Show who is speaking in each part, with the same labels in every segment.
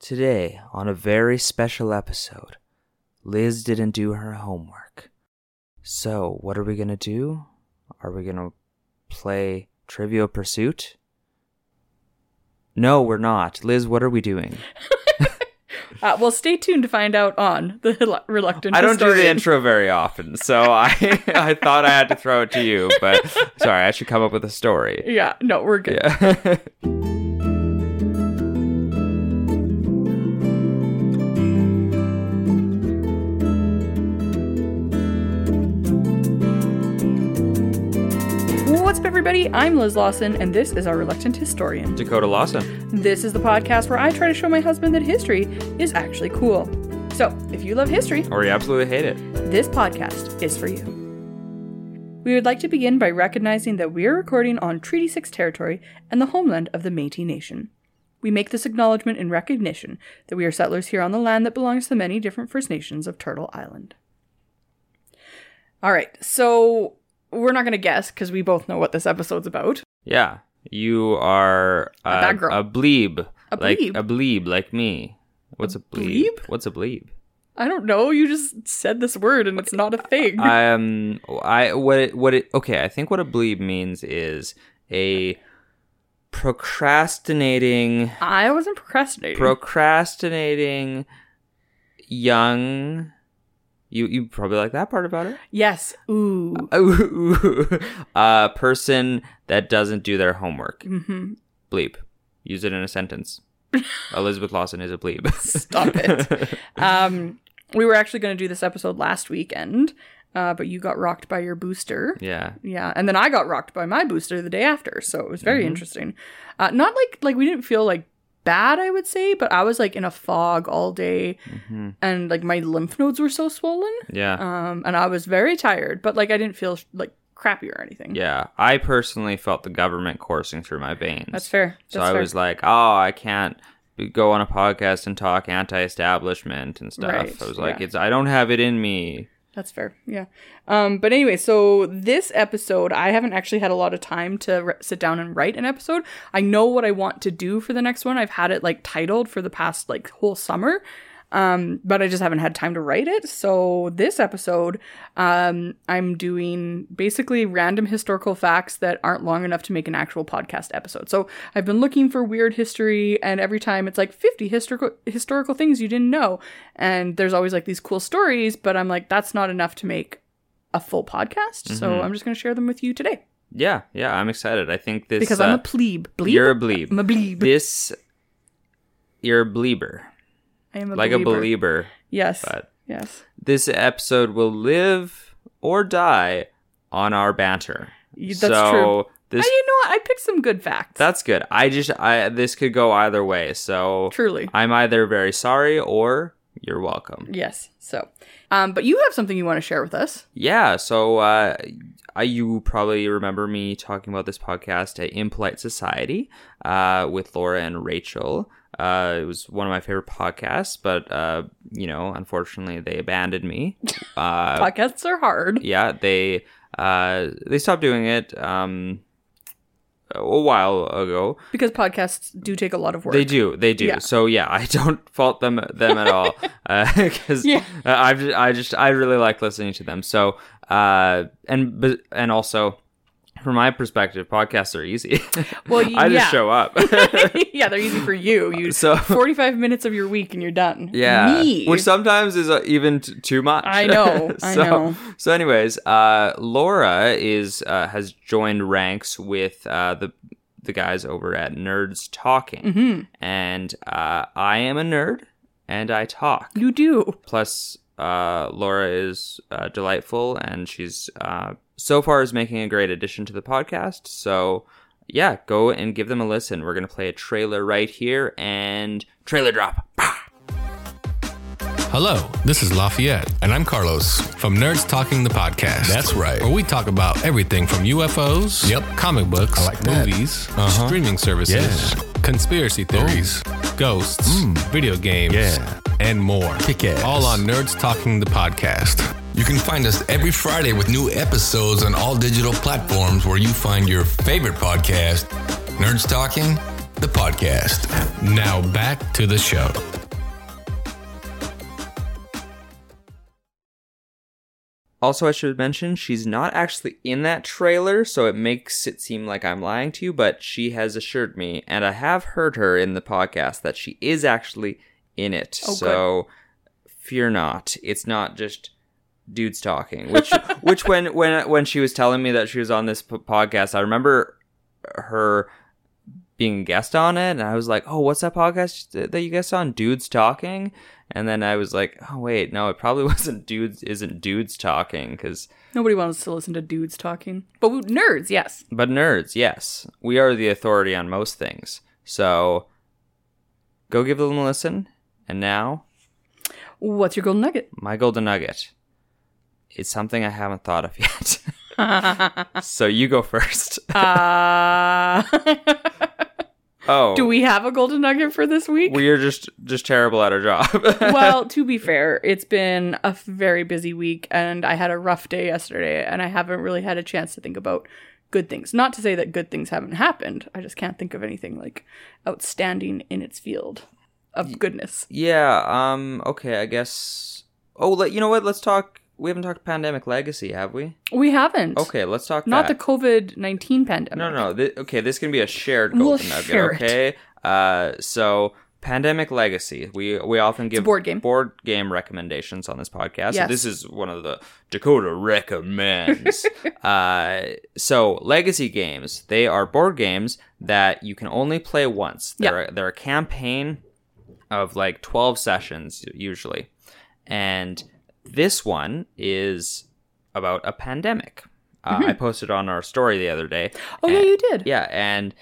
Speaker 1: Today, on a very special episode, Liz didn't do her homework. So, what are we gonna do? Are we gonna play Trivial Pursuit? No, we're not. Liz, what are we doing?
Speaker 2: Uh, well, stay tuned to find out on the Relu- reluctant.
Speaker 1: I don't do the
Speaker 2: Historian.
Speaker 1: intro very often, so I I thought I had to throw it to you, but sorry, I should come up with a story.
Speaker 2: Yeah, no, we're good.
Speaker 1: Yeah.
Speaker 2: What's up, everybody? I'm Liz Lawson, and this is our reluctant historian.
Speaker 1: Dakota Lawson.
Speaker 2: This is the podcast where I try to show my husband that history is actually cool. So, if you love history,
Speaker 1: Or you absolutely hate it.
Speaker 2: this podcast is for you. We would like to begin by recognizing that we are recording on Treaty 6 territory and the homeland of the Metis Nation. We make this acknowledgement in recognition that we are settlers here on the land that belongs to the many different First Nations of Turtle Island. All right, so we're not going to guess because we both know what this episode's about.
Speaker 1: Yeah, you are
Speaker 2: A
Speaker 1: a,
Speaker 2: bad girl.
Speaker 1: a bleeb,
Speaker 2: A
Speaker 1: like
Speaker 2: bleeb?
Speaker 1: a bleeb, like me. What's a, bleeb?
Speaker 2: bleeb?
Speaker 1: What's a bleeb?
Speaker 2: I don't know, you just said this word and it's not a thing.
Speaker 1: um, I what it, what it? Okay, I think what a bleeb means is a procrastinating,
Speaker 2: I wasn't procrastinating.
Speaker 1: procrastinating young. You you probably like that part about it.
Speaker 2: yes. Ooh.
Speaker 1: A person that doesn't do their homework.
Speaker 2: hmm
Speaker 1: Bleep. Use it in a sentence. Elizabeth Lawson is a bleep.
Speaker 2: Stop it. um, we were actually going to do this episode last weekend, uh, but you got rocked by your booster.
Speaker 1: yeah.
Speaker 2: Yeah, and then I got rocked by my booster the day after, so it was very
Speaker 1: Mm-hmm.
Speaker 2: interesting. Uh, not like like we didn't feel like bad, I would say, but I was like in a fog all day,
Speaker 1: hmm
Speaker 2: and like my lymph nodes were so swollen,
Speaker 1: Yeah.
Speaker 2: um, and I was very tired, but like I didn't feel like crappy or anything.
Speaker 1: yeah. I personally felt the government coursing through my veins.
Speaker 2: that's fair.
Speaker 1: So
Speaker 2: That's
Speaker 1: I
Speaker 2: fair.
Speaker 1: was like, oh, I can't be- go on a podcast and talk anti-establishment and stuff.
Speaker 2: Right,
Speaker 1: I was like,
Speaker 2: yeah.
Speaker 1: it's I don't have it in me.
Speaker 2: That's fair. Yeah. Um, but anyway, so this episode, I haven't actually had a lot of time to re- sit down and write an episode. I know what I want to do for the next one. I've had it like titled for the past like whole summer. Um, but I just haven't had time to write it. So this episode, um, I'm doing basically random historical facts that aren't long enough to make an actual podcast episode. So I've been looking for weird history, and every time it's like 50 historical historical things you didn't know, and there's always like these cool stories, but I'm like that's not enough to make a full podcast. So
Speaker 1: Mhm.
Speaker 2: I'm just going to share them with you today
Speaker 1: Yeah, yeah, I'm excited. I think this
Speaker 2: because I'm a
Speaker 1: uh,
Speaker 2: plebe. Bleep?
Speaker 1: you're a bleep.
Speaker 2: I'm a bleeb.
Speaker 1: this you're a bleeber.
Speaker 2: I am a
Speaker 1: like a belieber.
Speaker 2: Yes.
Speaker 1: But
Speaker 2: Yes.
Speaker 1: this episode will live or die on our banter.
Speaker 2: Y- That's true.
Speaker 1: so
Speaker 2: And
Speaker 1: this
Speaker 2: you know what? I picked some good facts.
Speaker 1: that's good. I just I this could go either way. So
Speaker 2: truly.
Speaker 1: I'm either very sorry or you're welcome.
Speaker 2: Yes. So, um, but you have something you want to share with us.
Speaker 1: Yeah, so uh, I, you probably remember me talking about this podcast at Impolite Society uh, with Laura and Rachel. Uh, it was one of my favorite podcasts, but uh, you know, unfortunately, they abandoned me. Uh,
Speaker 2: Podcasts are hard.
Speaker 1: yeah, they uh, they stopped doing it um, a while ago.
Speaker 2: Because podcasts do take a lot of work.
Speaker 1: They do, they do.
Speaker 2: Yeah.
Speaker 1: So yeah, I don't fault them them at all because
Speaker 2: Yeah.
Speaker 1: I've ju- I just I really like listening to them. So uh, and but and also from my perspective, podcasts are easy.
Speaker 2: Well, y-
Speaker 1: I just
Speaker 2: yeah.
Speaker 1: show up.
Speaker 2: yeah, they're easy for you. You
Speaker 1: So-
Speaker 2: 45 minutes of your week and you're done.
Speaker 1: Yeah,
Speaker 2: Me.
Speaker 1: which sometimes is uh, even t- too much.
Speaker 2: I know, I know.
Speaker 1: So, anyways, uh, Laura is uh, has joined ranks with uh, the the guys over at Nerds Talking,
Speaker 2: Mm-hmm.
Speaker 1: and uh, I am a nerd and I talk.
Speaker 2: you do.
Speaker 1: Plus, uh, Laura is uh, delightful, and she's uh, so far is making a great addition to the podcast. So, yeah, go and give them a listen. We're going to play a trailer right here and trailer drop.
Speaker 3: Hello, this is Lafayette.
Speaker 4: And I'm Carlos.
Speaker 3: From Nerds Talking the Podcast.
Speaker 4: That's right.
Speaker 3: Where we talk about everything from UFOs,
Speaker 4: Yep.
Speaker 3: comic books,
Speaker 4: I like that. Uh-huh.
Speaker 3: movies, streaming services,
Speaker 4: Yeah. Mm.
Speaker 3: conspiracy theories, ghosts, video games,
Speaker 4: Yeah.
Speaker 3: and more.
Speaker 4: Kick ass.
Speaker 3: All on Nerds Talking the Podcast.
Speaker 4: You can find us every Friday with new episodes on all digital platforms where you find your favorite podcast, Nerds Talking, the podcast.
Speaker 3: Now back to the show.
Speaker 1: Also, I should mention she's not actually in that trailer, so it makes it seem like I'm lying to you, but she has assured me, and I have heard her in the podcast, that she is actually in it.
Speaker 2: Oh,
Speaker 1: so fear not. It's not just dudes talking. Which which when when when she was telling me that she was on this p- podcast, I remember her being a guest on it and I was like, "Oh, what's that podcast th- that you guest on? Dudes Talking?" And then I was like, "Oh, wait, no, it probably wasn't dudes isn't dudes talking cuz
Speaker 2: Nobody wants to listen to dudes talking. But we, nerds, yes.
Speaker 1: but nerds, yes. We are the authority on most things." So go give them a listen. And now,
Speaker 2: What's your golden nugget?
Speaker 1: my golden nugget. It's something I haven't thought of yet. so you go first.
Speaker 2: Uh,
Speaker 1: Oh.
Speaker 2: do we have a golden nugget for this week?
Speaker 1: We are just just terrible at our job.
Speaker 2: well, to be fair, it's been a very busy week and I had a rough day yesterday and I haven't really had a chance to think about good things. Not to say that good things haven't happened. I just can't think of anything like outstanding in its field of goodness.
Speaker 1: yeah, um okay, I guess Oh, let, you know what? Let's talk we haven't talked pandemic legacy, have we?
Speaker 2: We haven't.
Speaker 1: Okay, let's talk
Speaker 2: Not the
Speaker 1: that.
Speaker 2: COVID 19 pandemic.
Speaker 1: No, no. Th- okay, this can be a shared golden
Speaker 2: We'll
Speaker 1: nugget,
Speaker 2: share it.
Speaker 1: okay? Uh so pandemic legacy. We we often give
Speaker 2: board game.
Speaker 1: board game recommendations on this podcast. So
Speaker 2: Yes.
Speaker 1: this is one of the Dakota recommends. uh, so legacy games, they are board games that you can only play once. They're they're a campaign of like 12 sessions usually. And this one is about a pandemic.
Speaker 2: Mm-hmm.
Speaker 1: Uh, I posted on our story the other day.
Speaker 2: Oh, yeah,
Speaker 1: and-
Speaker 2: you did.
Speaker 1: eh, yeah, and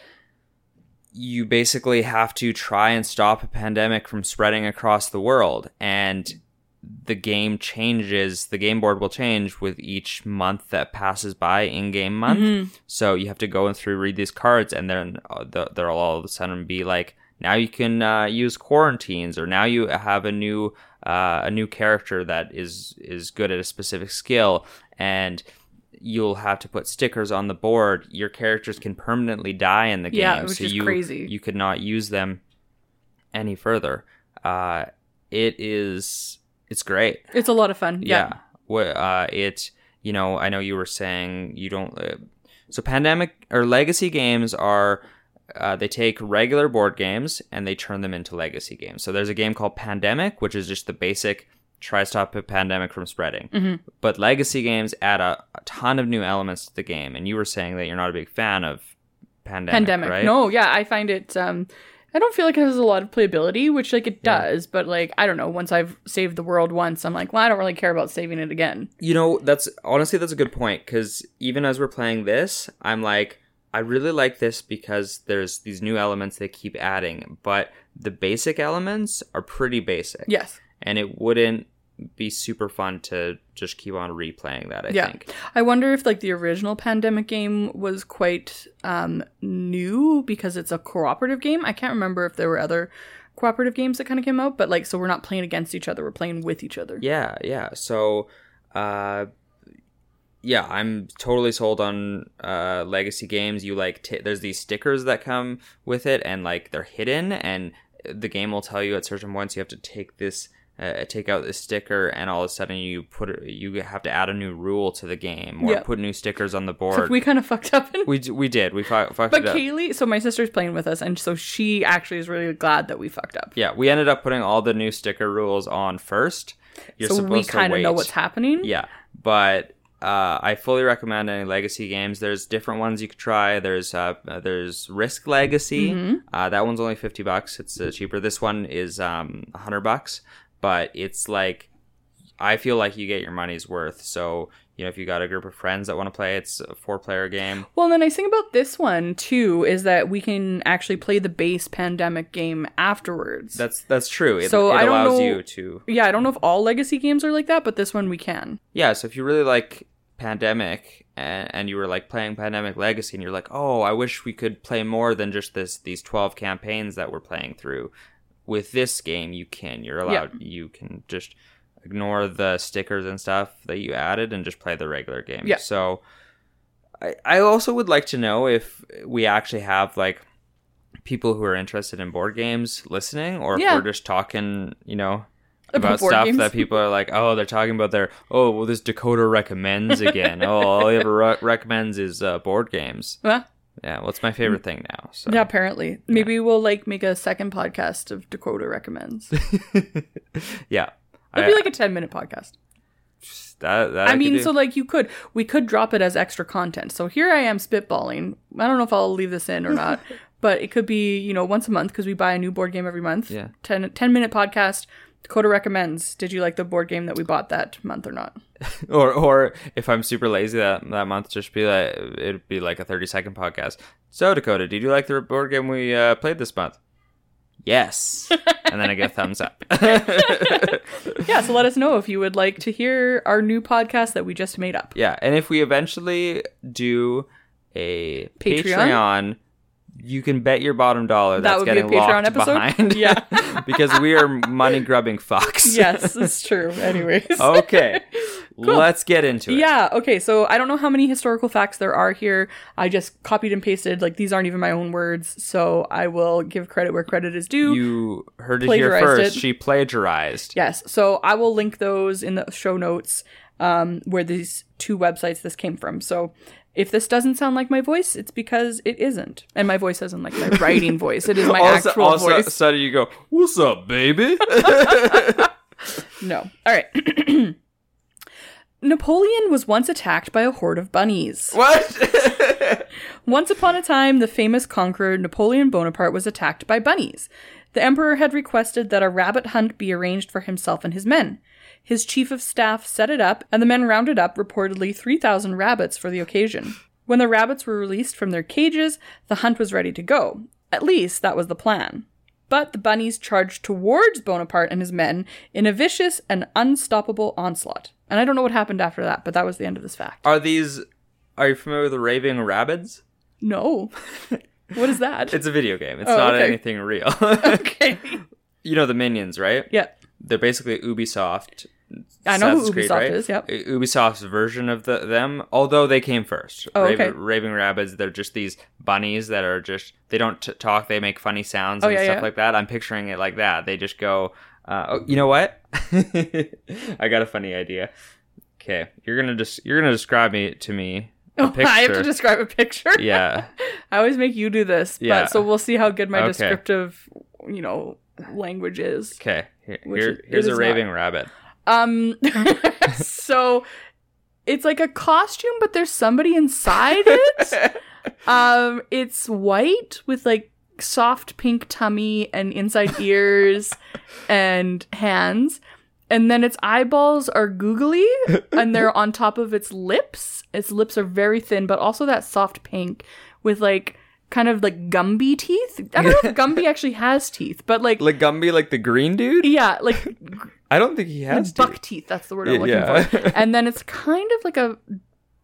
Speaker 1: you basically have to try and stop a pandemic from spreading across the world. And the game changes, the game board will change with each month that passes by in game month. So you have to go and through read these cards, and then uh, the- there'll all of a sudden be like, now you can uh, use quarantines, or now you have a new uh, a new character that is is good at a specific skill, and you'll have to put stickers on the board. Your characters can permanently die in the game,
Speaker 2: Yeah, it was
Speaker 1: so
Speaker 2: just
Speaker 1: you
Speaker 2: crazy.
Speaker 1: you could not use them any further. Uh, it is it's great
Speaker 2: It's a lot of fun.
Speaker 1: yeah,
Speaker 2: Yeah.
Speaker 1: Wha- uh, it you know i know you were saying you don't uh, so pandemic or legacy games are uh, they take regular board games and they turn them into legacy games so there's a game called pandemic which is just the basic try to stop a pandemic from spreading
Speaker 2: Mm-hmm.
Speaker 1: but legacy games add a, a ton of new elements to the game and you were saying that you're not a big fan of pandemic
Speaker 2: pandemic.
Speaker 1: right?
Speaker 2: No, yeah, I find it. Um, I don't feel like it has a lot of playability, which like it does, but like I don't know. Once I've saved the world once, I'm like, well, I don't really care about saving it again.
Speaker 1: You know, that's honestly that's a good point because even as we're playing this, I'm like, I really like this because there's these new elements they keep adding, but the basic elements are pretty basic.
Speaker 2: Yes,
Speaker 1: and it wouldn't be super fun to just keep on replaying that. I
Speaker 2: yeah.
Speaker 1: think.
Speaker 2: I wonder if like the original pandemic game was quite um new because it's a cooperative game. I can't remember if there were other cooperative games that kind of came out, but like so we're not playing against each other, we're playing with each other.
Speaker 1: Yeah, yeah. So, uh, yeah, I'm totally sold on uh, legacy games. You like, t- there's these stickers that come with it, and like they're hidden, and the game will tell you at certain points you have to take this. Uh, take out this sticker, and all of a sudden you put it, you have to add a new rule to the game or
Speaker 2: Yeah.
Speaker 1: put new stickers on the
Speaker 2: Except
Speaker 1: board.
Speaker 2: we kind of fucked up and
Speaker 1: we d- we did we fu- fucked
Speaker 2: but
Speaker 1: it up.
Speaker 2: Kaylee, so my sister's playing with us, and so she actually is really glad that we fucked up.
Speaker 1: yeah, we ended up putting all the new sticker rules on first. You're
Speaker 2: so
Speaker 1: supposed
Speaker 2: we
Speaker 1: to
Speaker 2: kind of know
Speaker 1: wait.
Speaker 2: what's happening.
Speaker 1: Yeah, but uh, I fully recommend any legacy games. There's different ones you could try. There's uh, uh, there's Risk Legacy.
Speaker 2: Mm-hmm.
Speaker 1: Uh, that one's only fifty bucks. It's uh, cheaper. This one is um hundred bucks, but it's like I feel like you get your money's worth. So you know if you got a group of friends that want to play it's a four player game
Speaker 2: Well, the nice thing about this one too is that we can actually play the base pandemic game afterwards.
Speaker 1: that's that's true it,
Speaker 2: So
Speaker 1: it
Speaker 2: I don't
Speaker 1: allows
Speaker 2: know-
Speaker 1: you to
Speaker 2: yeah, I don't know if all legacy games are like that, but this one we can.
Speaker 1: yeah so if you really like pandemic and, and you were like playing pandemic legacy and you're like oh i wish we could play more than just this these 12 campaigns that we're playing through with this game you can you're allowed you can just ignore the stickers and stuff that you added and just play the regular game
Speaker 2: Yeah.
Speaker 1: so I, I also would like to know if we actually have like people who are interested in board games listening or if
Speaker 2: Yeah.
Speaker 1: we're just talking you know
Speaker 2: About
Speaker 1: about
Speaker 2: board
Speaker 1: stuff
Speaker 2: games.
Speaker 1: that people are like, oh, they're talking about their, oh, well, this Dakota recommends again. oh, all he ever re- recommends is uh, board games.
Speaker 2: Huh?
Speaker 1: Yeah, well, it's my favorite thing now. So
Speaker 2: Yeah, apparently. Maybe we'll like make a second podcast of Dakota recommends. It'd
Speaker 1: yeah, I,
Speaker 2: be like a ten minute podcast.
Speaker 1: that, that
Speaker 2: I,
Speaker 1: could
Speaker 2: mean,
Speaker 1: do.
Speaker 2: so like you could we could drop it as extra content. So here I am spitballing. I don't know if I'll leave this in or not, but it could be you know once a month because we buy a new board game every month.
Speaker 1: Yeah.
Speaker 2: 10, 10 minute podcast. Dakota recommends. Did you like the board game that we bought that month or not?
Speaker 1: or or if I'm super lazy that that month, just be like, it'd be like a 30 second podcast. So Dakota, did you like the board game we uh, played this month? Yes, and then I get a thumbs up.
Speaker 2: Yeah. So let us know if you would like to hear our new podcast that we just made up.
Speaker 1: Yeah, and if we eventually do a
Speaker 2: Patreon?
Speaker 1: Patreon, you can bet your bottom dollar that's
Speaker 2: That would be a
Speaker 1: getting
Speaker 2: Patreon
Speaker 1: locked
Speaker 2: episode?
Speaker 1: behind.
Speaker 2: Yeah.
Speaker 1: because we are money grubbing fucks.
Speaker 2: yes, it's true. Anyways.
Speaker 1: okay. Let's get into it.
Speaker 2: Yeah, okay. So I don't know how many historical facts there are here. I just copied and pasted. Like these aren't even my own words. So I will give credit where credit is due.
Speaker 1: You heard it here
Speaker 2: Plagiarized
Speaker 1: first.
Speaker 2: it.
Speaker 1: She plagiarized.
Speaker 2: Yes. So I will link those in the show notes um, where these two websites this came from. So if this doesn't sound like my voice, it's because it isn't. And my voice isn't like my writing voice. It is my
Speaker 1: also,
Speaker 2: actual
Speaker 1: also
Speaker 2: voice.
Speaker 1: suddenly you go, "What's up, baby?"
Speaker 2: No. All right. Napoleon was once attacked by a horde of bunnies.
Speaker 1: what?
Speaker 2: Once upon a time, the famous conqueror Napoleon Bonaparte was attacked by bunnies. The emperor had requested that a rabbit hunt be arranged for himself and his men. His chief of staff set it up, and the men rounded up reportedly 3,000 rabbits for the occasion. When the rabbits were released from their cages, the hunt was ready to go. At least that was the plan. But the bunnies charged towards Bonaparte and his men in a vicious and unstoppable onslaught. And I don't know what happened after that, but that was the end of this fact.
Speaker 1: are these? Are you familiar with the raving rabbits?
Speaker 2: no. what is that?
Speaker 1: It's a video game. It's
Speaker 2: Oh,
Speaker 1: not
Speaker 2: okay.
Speaker 1: anything real.
Speaker 2: okay.
Speaker 1: you know the minions, right?
Speaker 2: Yeah.
Speaker 1: they're basically Ubisoft.
Speaker 2: I know who
Speaker 1: Assassin's Creed,
Speaker 2: Ubisoft is, yep.
Speaker 1: U- Ubisoft's version of the, them, although they came first.
Speaker 2: Oh,
Speaker 1: Raven,
Speaker 2: okay.
Speaker 1: Raven Rabbids, they're just these bunnies that are just they don't t- talk. They make funny sounds
Speaker 2: Oh,
Speaker 1: and
Speaker 2: yeah,
Speaker 1: stuff
Speaker 2: yeah.
Speaker 1: like that. I'm picturing it like that. They just go. Uh, oh, you know what? I got a funny idea. Okay, you're gonna just you're gonna describe me to me. A
Speaker 2: Oh, I have to
Speaker 1: picture.
Speaker 2: describe a picture.
Speaker 1: Yeah.
Speaker 2: I always make you do this.
Speaker 1: Yeah.
Speaker 2: But so we'll see how good my
Speaker 1: Okay.
Speaker 2: descriptive, you know, language is.
Speaker 1: Okay. Here,
Speaker 2: Which
Speaker 1: here-
Speaker 2: it- it
Speaker 1: here's a
Speaker 2: is
Speaker 1: raving rabbit.
Speaker 2: Um so it's like a costume but there's somebody inside it. um it's white with like soft pink tummy and inside ears and hands. And then its eyeballs are googly and they're on top of its lips. Its lips are very thin, but also that soft pink with like kind of like Gumby teeth. I don't know if Gumby actually has teeth, but like,
Speaker 1: Like Gumby, like the green dude.
Speaker 2: yeah, like
Speaker 1: I don't think he has.
Speaker 2: and buck teeth. That's the word I'm looking
Speaker 1: Yeah.
Speaker 2: for. And then it's kind of like a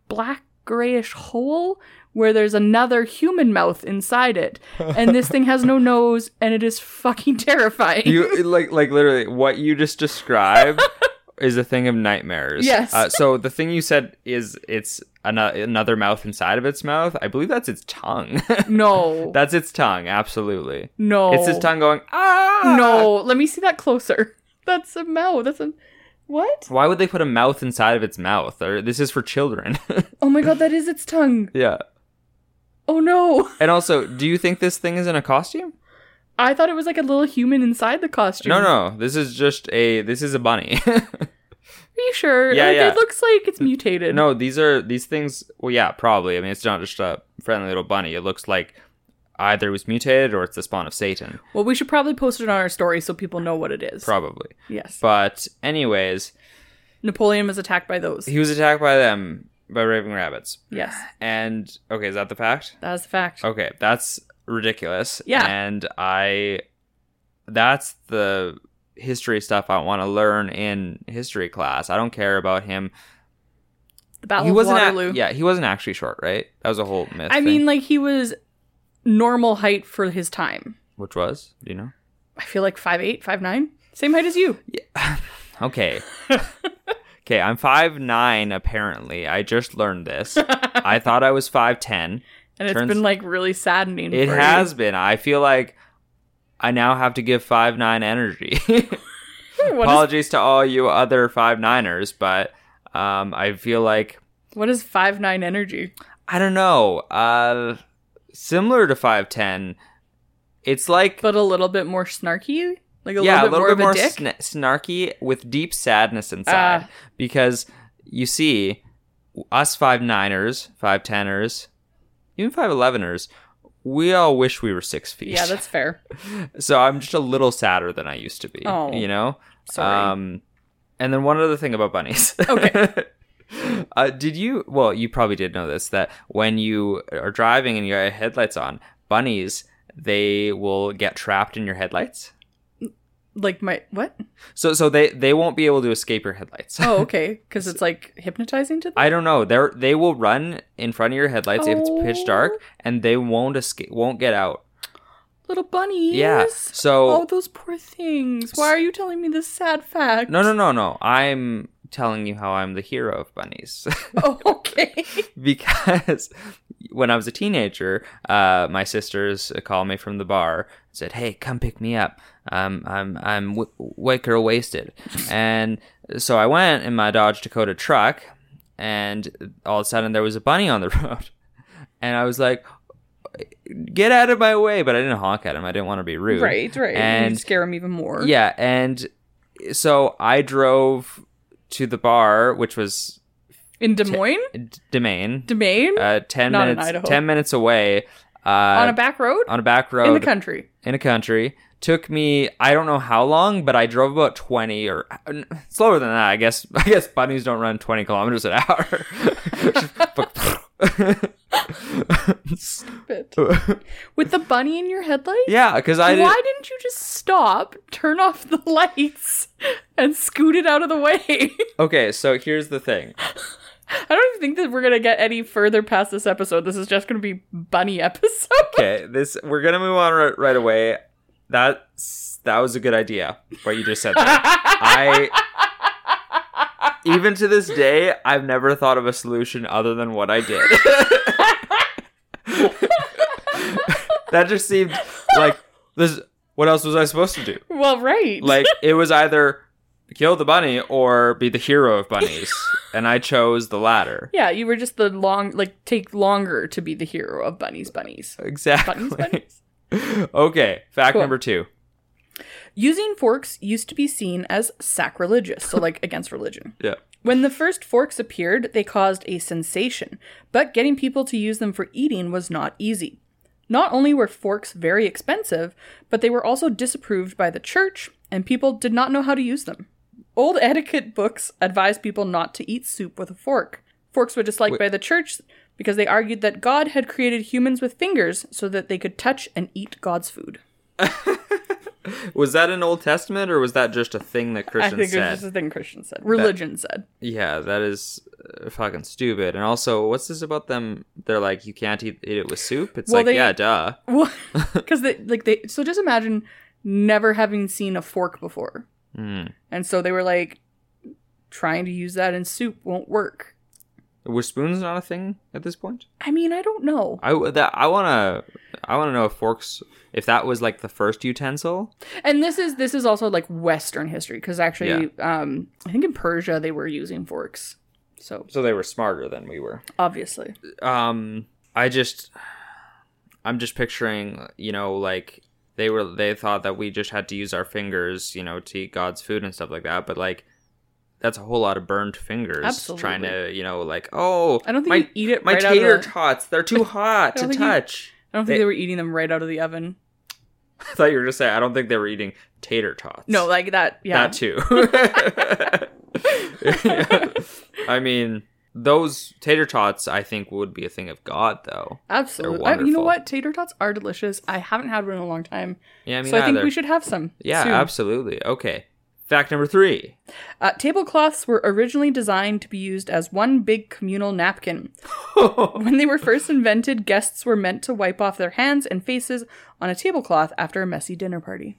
Speaker 2: black grayish hole where there's another human mouth inside it. And this thing has no nose and it is fucking terrifying.
Speaker 1: you like like literally what you just described is a thing of nightmares.
Speaker 2: Yes.
Speaker 1: Uh, so the thing you said is it's an- another mouth inside of its mouth. I believe that's its tongue.
Speaker 2: no.
Speaker 1: that's its tongue. Absolutely.
Speaker 2: no.
Speaker 1: It's its tongue going ah.
Speaker 2: No. Let me see that closer. That's a mouth. That's a what?
Speaker 1: Why would they put a mouth inside of its mouth? Or this is for children.
Speaker 2: Oh my god, that is its tongue.
Speaker 1: yeah.
Speaker 2: Oh no.
Speaker 1: And also, do you think this thing is in a costume?
Speaker 2: I thought it was like a little human inside the costume.
Speaker 1: No, no. This is just a this is a bunny.
Speaker 2: Are you sure?
Speaker 1: Yeah,
Speaker 2: Like,
Speaker 1: yeah.
Speaker 2: It looks like it's mutated.
Speaker 1: No, these are these things. Well, yeah, probably. I mean, it's not just a friendly little bunny. It looks like either it was mutated or it's the spawn of Satan,
Speaker 2: Well, we should probably post it on our story so people know what it is.
Speaker 1: probably.
Speaker 2: yes.
Speaker 1: But anyways,
Speaker 2: Napoleon was attacked by those.
Speaker 1: He was attacked by them, by raving rabbits.
Speaker 2: Yes,
Speaker 1: And okay, is that the fact?
Speaker 2: that is a fact.
Speaker 1: Okay, that's ridiculous.
Speaker 2: Yeah.
Speaker 1: And I that's the history stuff I want to learn in history class. I don't care about him.
Speaker 2: The Battle
Speaker 1: he
Speaker 2: of
Speaker 1: wasn't ac-
Speaker 2: Waterloo.
Speaker 1: yeah, he wasn't actually short, right? That was a whole myth.
Speaker 2: I
Speaker 1: thing.
Speaker 2: mean, like he was normal height for his time.
Speaker 1: which was, do you know?
Speaker 2: I feel like five eight, five nine, same height as you.
Speaker 1: Okay. okay, I'm five nine apparently. I just learned this. I thought I was 5'10.
Speaker 2: And it's
Speaker 1: Turns-
Speaker 2: been like really saddening.
Speaker 1: It
Speaker 2: for you.
Speaker 1: has been. I feel like I now have to give five nine energy.
Speaker 2: What is-
Speaker 1: Apologies to all you other five niners, but um, I feel like
Speaker 2: what is five nine energy?
Speaker 1: I don't know. Uh, similar to five ten, it's like
Speaker 2: But a little bit more snarky, like a
Speaker 1: yeah,
Speaker 2: little bit more of a dick.
Speaker 1: sna- snarky with deep sadness inside
Speaker 2: Ah.
Speaker 1: because you see us five niners, five teners, even five eleveners. We all wish we were six feet.
Speaker 2: yeah, that's fair.
Speaker 1: so I'm just a little sadder than I used to be.
Speaker 2: Oh,
Speaker 1: you know.
Speaker 2: sorry.
Speaker 1: Um, and then one other thing about bunnies.
Speaker 2: Okay.
Speaker 1: uh, did you? Well, you probably did know this that when you are driving and you have headlights on, bunnies they will get trapped in your headlights.
Speaker 2: Like my what?
Speaker 1: So so they they won't be able to escape your headlights.
Speaker 2: Oh, okay. Because it's like hypnotizing to them.
Speaker 1: I don't know. They are they will run in front of your headlights if it's pitch dark, and they won't escape, won't get out.
Speaker 2: Little bunnies.
Speaker 1: Yeah. So
Speaker 2: oh, those poor things. Why are you telling me this sad fact?
Speaker 1: no no no no. I'm telling you how I'm the hero of bunnies.
Speaker 2: Oh, okay.
Speaker 1: because when I was a teenager, uh, my sisters called me from the bar and said, "Hey, come pick me up. Um, I'm I'm w- white girl wasted." and so I went in my Dodge Dakota truck, and all of a sudden there was a bunny on the road, and I was like. Get out of my way! But I didn't honk at him. I didn't want to be rude.
Speaker 2: right, right. And
Speaker 1: And
Speaker 2: you scare them even more.
Speaker 1: yeah, and so I drove to the bar, which was
Speaker 2: In Des Moines,
Speaker 1: D- Domain
Speaker 2: Des Moines,
Speaker 1: uh, 10
Speaker 2: Not in Idaho.
Speaker 1: minutes 10 minutes away uh,
Speaker 2: on a back road,
Speaker 1: on a back road
Speaker 2: in the country.
Speaker 1: in a country. took me I don't know how long but I drove about 20 or uh, slower than that I guess I guess bunnies don't run 20 kilometers an hour
Speaker 2: Bit. With the bunny in your headlight.
Speaker 1: Uh, yeah because I
Speaker 2: Why
Speaker 1: did,
Speaker 2: didn't you just stop, turn off the lights, and scoot it out of the way?
Speaker 1: okay so here's the thing
Speaker 2: I don't even think that we're gonna get any further past this episode. This is just gonna be bunny episode.
Speaker 1: okay this we're gonna move on right, right away that's that was a good idea what you just said there. I even to this day I've never thought of a solution other than what I did. that just seemed like this what else was I supposed to do?
Speaker 2: well, right.
Speaker 1: Like it was either kill the bunny or be the hero of bunnies and I chose the latter.
Speaker 2: yeah, you were just the long like take longer to be the hero of bunnies, bunnies,
Speaker 1: Exactly.
Speaker 2: bunnies, bunnies.
Speaker 1: Okay, fact
Speaker 2: Cool.
Speaker 1: number 2.
Speaker 2: Using forks used to be seen as sacrilegious, so like against religion.
Speaker 1: Yeah.
Speaker 2: When the first forks appeared, they caused a sensation, but getting people to use them for eating was not easy. Not only were forks very expensive, but they were also disapproved by the church, and people did not know how to use them. Old etiquette books advise people not to eat soup with a fork. Forks were disliked by the church because they argued that God had created humans with fingers so that they could touch and eat God's food.
Speaker 1: Was that an Old Testament or was that just a thing that Christians
Speaker 2: I think
Speaker 1: said?
Speaker 2: it was just a thing Christian said. Religion said.
Speaker 1: Yeah, that is uh, fucking stupid. And also, what's this about them? They're like, you can't eat, eat it with soup. It's
Speaker 2: Well,
Speaker 1: like,
Speaker 2: they-
Speaker 1: yeah, duh.
Speaker 2: because they like they so just imagine never having seen a fork before
Speaker 1: Hmm.
Speaker 2: and so they were like trying to use that in soup won't work
Speaker 1: Were spoons not a thing at this point?
Speaker 2: i mean i don't know
Speaker 1: I w- that I wanna I wanna know if forks if that was like the first utensil.
Speaker 2: and this is this is also like western history because actually um i think in persia they were using forks so
Speaker 1: So they were smarter than we were.
Speaker 2: obviously
Speaker 1: Um, I just I'm just picturing you know like they were they thought that we just had to use our fingers you know to eat God's food and stuff like that, but like. That's a whole lot of burned fingers trying
Speaker 2: Absolutely.
Speaker 1: to, you know, like, oh,
Speaker 2: I don't think
Speaker 1: my-
Speaker 2: you eat it
Speaker 1: My
Speaker 2: right out of
Speaker 1: tater
Speaker 2: the-
Speaker 1: tots, they're too hot
Speaker 2: I
Speaker 1: to
Speaker 2: don't think you-
Speaker 1: touch.
Speaker 2: i don't think
Speaker 1: They-
Speaker 2: they, were eating them right out of the oven
Speaker 1: I thought you were going to say, I don't think they were eating tater tots.
Speaker 2: no like that yeah
Speaker 1: That too. I mean, those tater tots, I think, would be a thing of God, though. They're
Speaker 2: Absolutely. I- you know
Speaker 1: wonderful.
Speaker 2: what? Tater tots are delicious. I haven't had one in a long time.
Speaker 1: Yeah, I mean,
Speaker 2: so I think
Speaker 1: either.
Speaker 2: we should have some.
Speaker 1: Yeah,
Speaker 2: soon.
Speaker 1: absolutely. Okay. Fact number three.
Speaker 2: Uh, tablecloths were originally designed to be used as one big communal napkin. when they were first invented, guests were meant to wipe off their hands and faces on a tablecloth after a messy dinner party.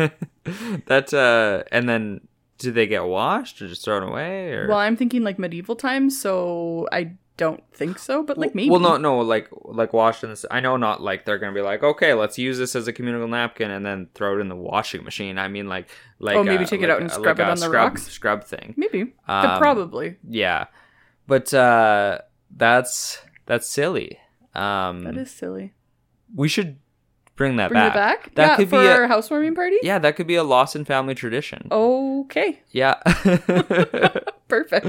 Speaker 1: That uh, and then did they get washed or just thrown away? Or
Speaker 2: Well, I'm thinking like medieval times, so I don't think so, but like maybe.
Speaker 1: Well, no, no, like like washed in this. I know not like they're gonna be like, okay, let's use this as a communal napkin and then throw it in the washing machine. I mean, like like
Speaker 2: Oh, maybe
Speaker 1: a-
Speaker 2: take it
Speaker 1: like
Speaker 2: out and
Speaker 1: a-
Speaker 2: scrub
Speaker 1: like
Speaker 2: it
Speaker 1: a
Speaker 2: on the
Speaker 1: scrub,
Speaker 2: rocks?
Speaker 1: Scrub thing.
Speaker 2: Maybe.
Speaker 1: Um,
Speaker 2: Probably.
Speaker 1: Yeah, but uh, that's that's silly. Um,
Speaker 2: That is silly.
Speaker 1: we should bring that
Speaker 2: Bring
Speaker 1: back.
Speaker 2: it back?
Speaker 1: That
Speaker 2: yeah,
Speaker 1: could
Speaker 2: for
Speaker 1: be
Speaker 2: our
Speaker 1: a,
Speaker 2: housewarming party?
Speaker 1: yeah, that could be a loss in family tradition.
Speaker 2: Okay.
Speaker 1: Yeah.
Speaker 2: Perfect.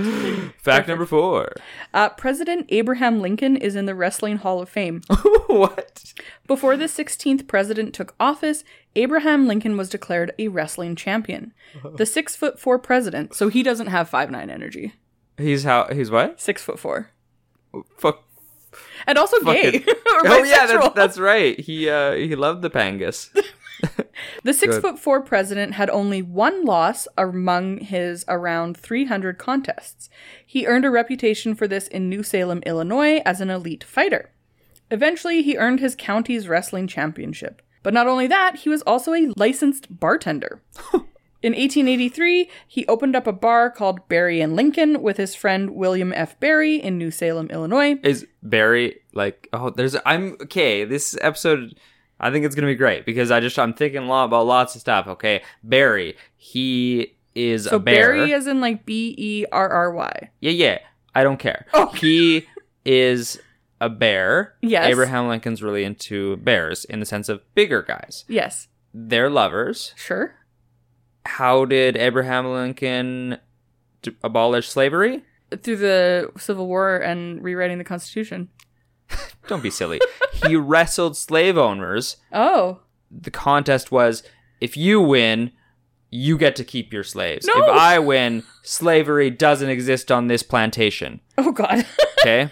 Speaker 1: Fact number four.
Speaker 2: Uh, President Abraham Lincoln is in the Wrestling Hall of Fame.
Speaker 1: what?
Speaker 2: Before the 16th president took office, Abraham Lincoln was declared a wrestling champion. The six foot four president, so he doesn't have five nine energy.
Speaker 1: He's how? He's what?
Speaker 2: Six foot four,
Speaker 1: Fuck.
Speaker 2: and also gay.
Speaker 1: Fucking-
Speaker 2: or
Speaker 1: oh yeah, that's,
Speaker 2: bisexual.
Speaker 1: that's right. He uh he loved the pangas.
Speaker 2: the six foot four president had only one loss among his around 300 contests. He earned a reputation for this in New Salem, Illinois, as an elite fighter. Eventually, he earned his county's wrestling championship. But not only that, he was also a licensed bartender. In 1883, he opened up a bar called Barry and Lincoln with his friend William F. Barry in New Salem, Illinois.
Speaker 1: Is Barry like? Oh, there's. I'm okay. This episode, I think it's gonna be great because I just I'm thinking a lot about lots of stuff. Okay, Barry. He is
Speaker 2: So
Speaker 1: a bear.
Speaker 2: Barry is in like B E R R Y.
Speaker 1: yeah, yeah. I don't care.
Speaker 2: Oh.
Speaker 1: He is a bear.
Speaker 2: Yes.
Speaker 1: Abraham Lincoln's really into bears in the sense of bigger guys.
Speaker 2: Yes,
Speaker 1: They're lovers.
Speaker 2: sure.
Speaker 1: how did Abraham Lincoln d- abolish slavery?
Speaker 2: Through the Civil War and rewriting the Constitution.
Speaker 1: Don't be silly. he wrestled slave owners.
Speaker 2: Oh,
Speaker 1: The contest was if you win, you get to keep your slaves.
Speaker 2: No!
Speaker 1: If I win, slavery doesn't exist on this plantation.
Speaker 2: oh God.
Speaker 1: Okay?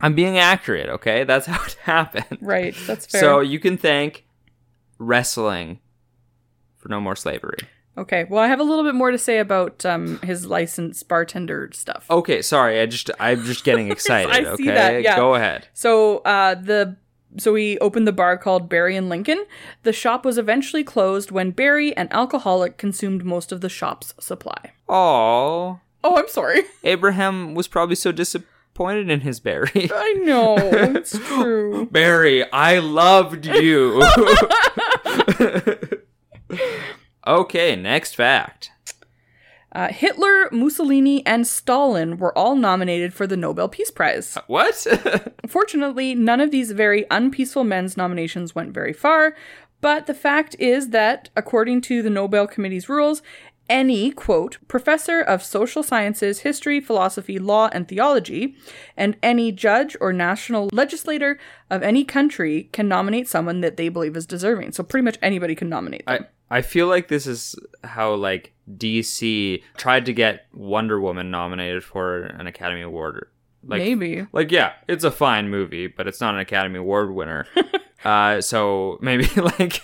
Speaker 1: I'm being accurate, okay? That's how it happened.
Speaker 2: right, that's fair.
Speaker 1: So you can thank wrestling for no more slavery.
Speaker 2: okay, well, I have a little bit more to say about um, his licensed bartender stuff.
Speaker 1: Okay, sorry. I just I'm just getting excited,
Speaker 2: I
Speaker 1: okay?
Speaker 2: see that, yeah.
Speaker 1: Go ahead.
Speaker 2: So uh, the so he opened the bar called Barry and Lincoln. The shop was eventually closed when Barry, an alcoholic, consumed most of the shop's supply.
Speaker 1: Oh,
Speaker 2: Oh, I'm sorry.
Speaker 1: Abraham was probably so disappointed in his Barry.
Speaker 2: I know it's true.
Speaker 1: Barry, I loved you. okay, next fact.
Speaker 2: Uh, Hitler, Mussolini, and Stalin were all nominated for the Nobel Peace Prize.
Speaker 1: What?
Speaker 2: Fortunately, none of these very unpeaceful men's nominations went very far, but the fact is that, according to the Nobel Committee's rules, any, quote, professor of social sciences, history, philosophy, law, and theology, and any judge or national legislator of any country can nominate someone that they believe is deserving. So pretty much anybody can nominate them.
Speaker 1: I I feel like this is how like DC tried to get Wonder Woman nominated for an Academy Award. Like
Speaker 2: Maybe.
Speaker 1: Like yeah, it's a fine movie, but it's not an Academy Award winner. uh, so maybe like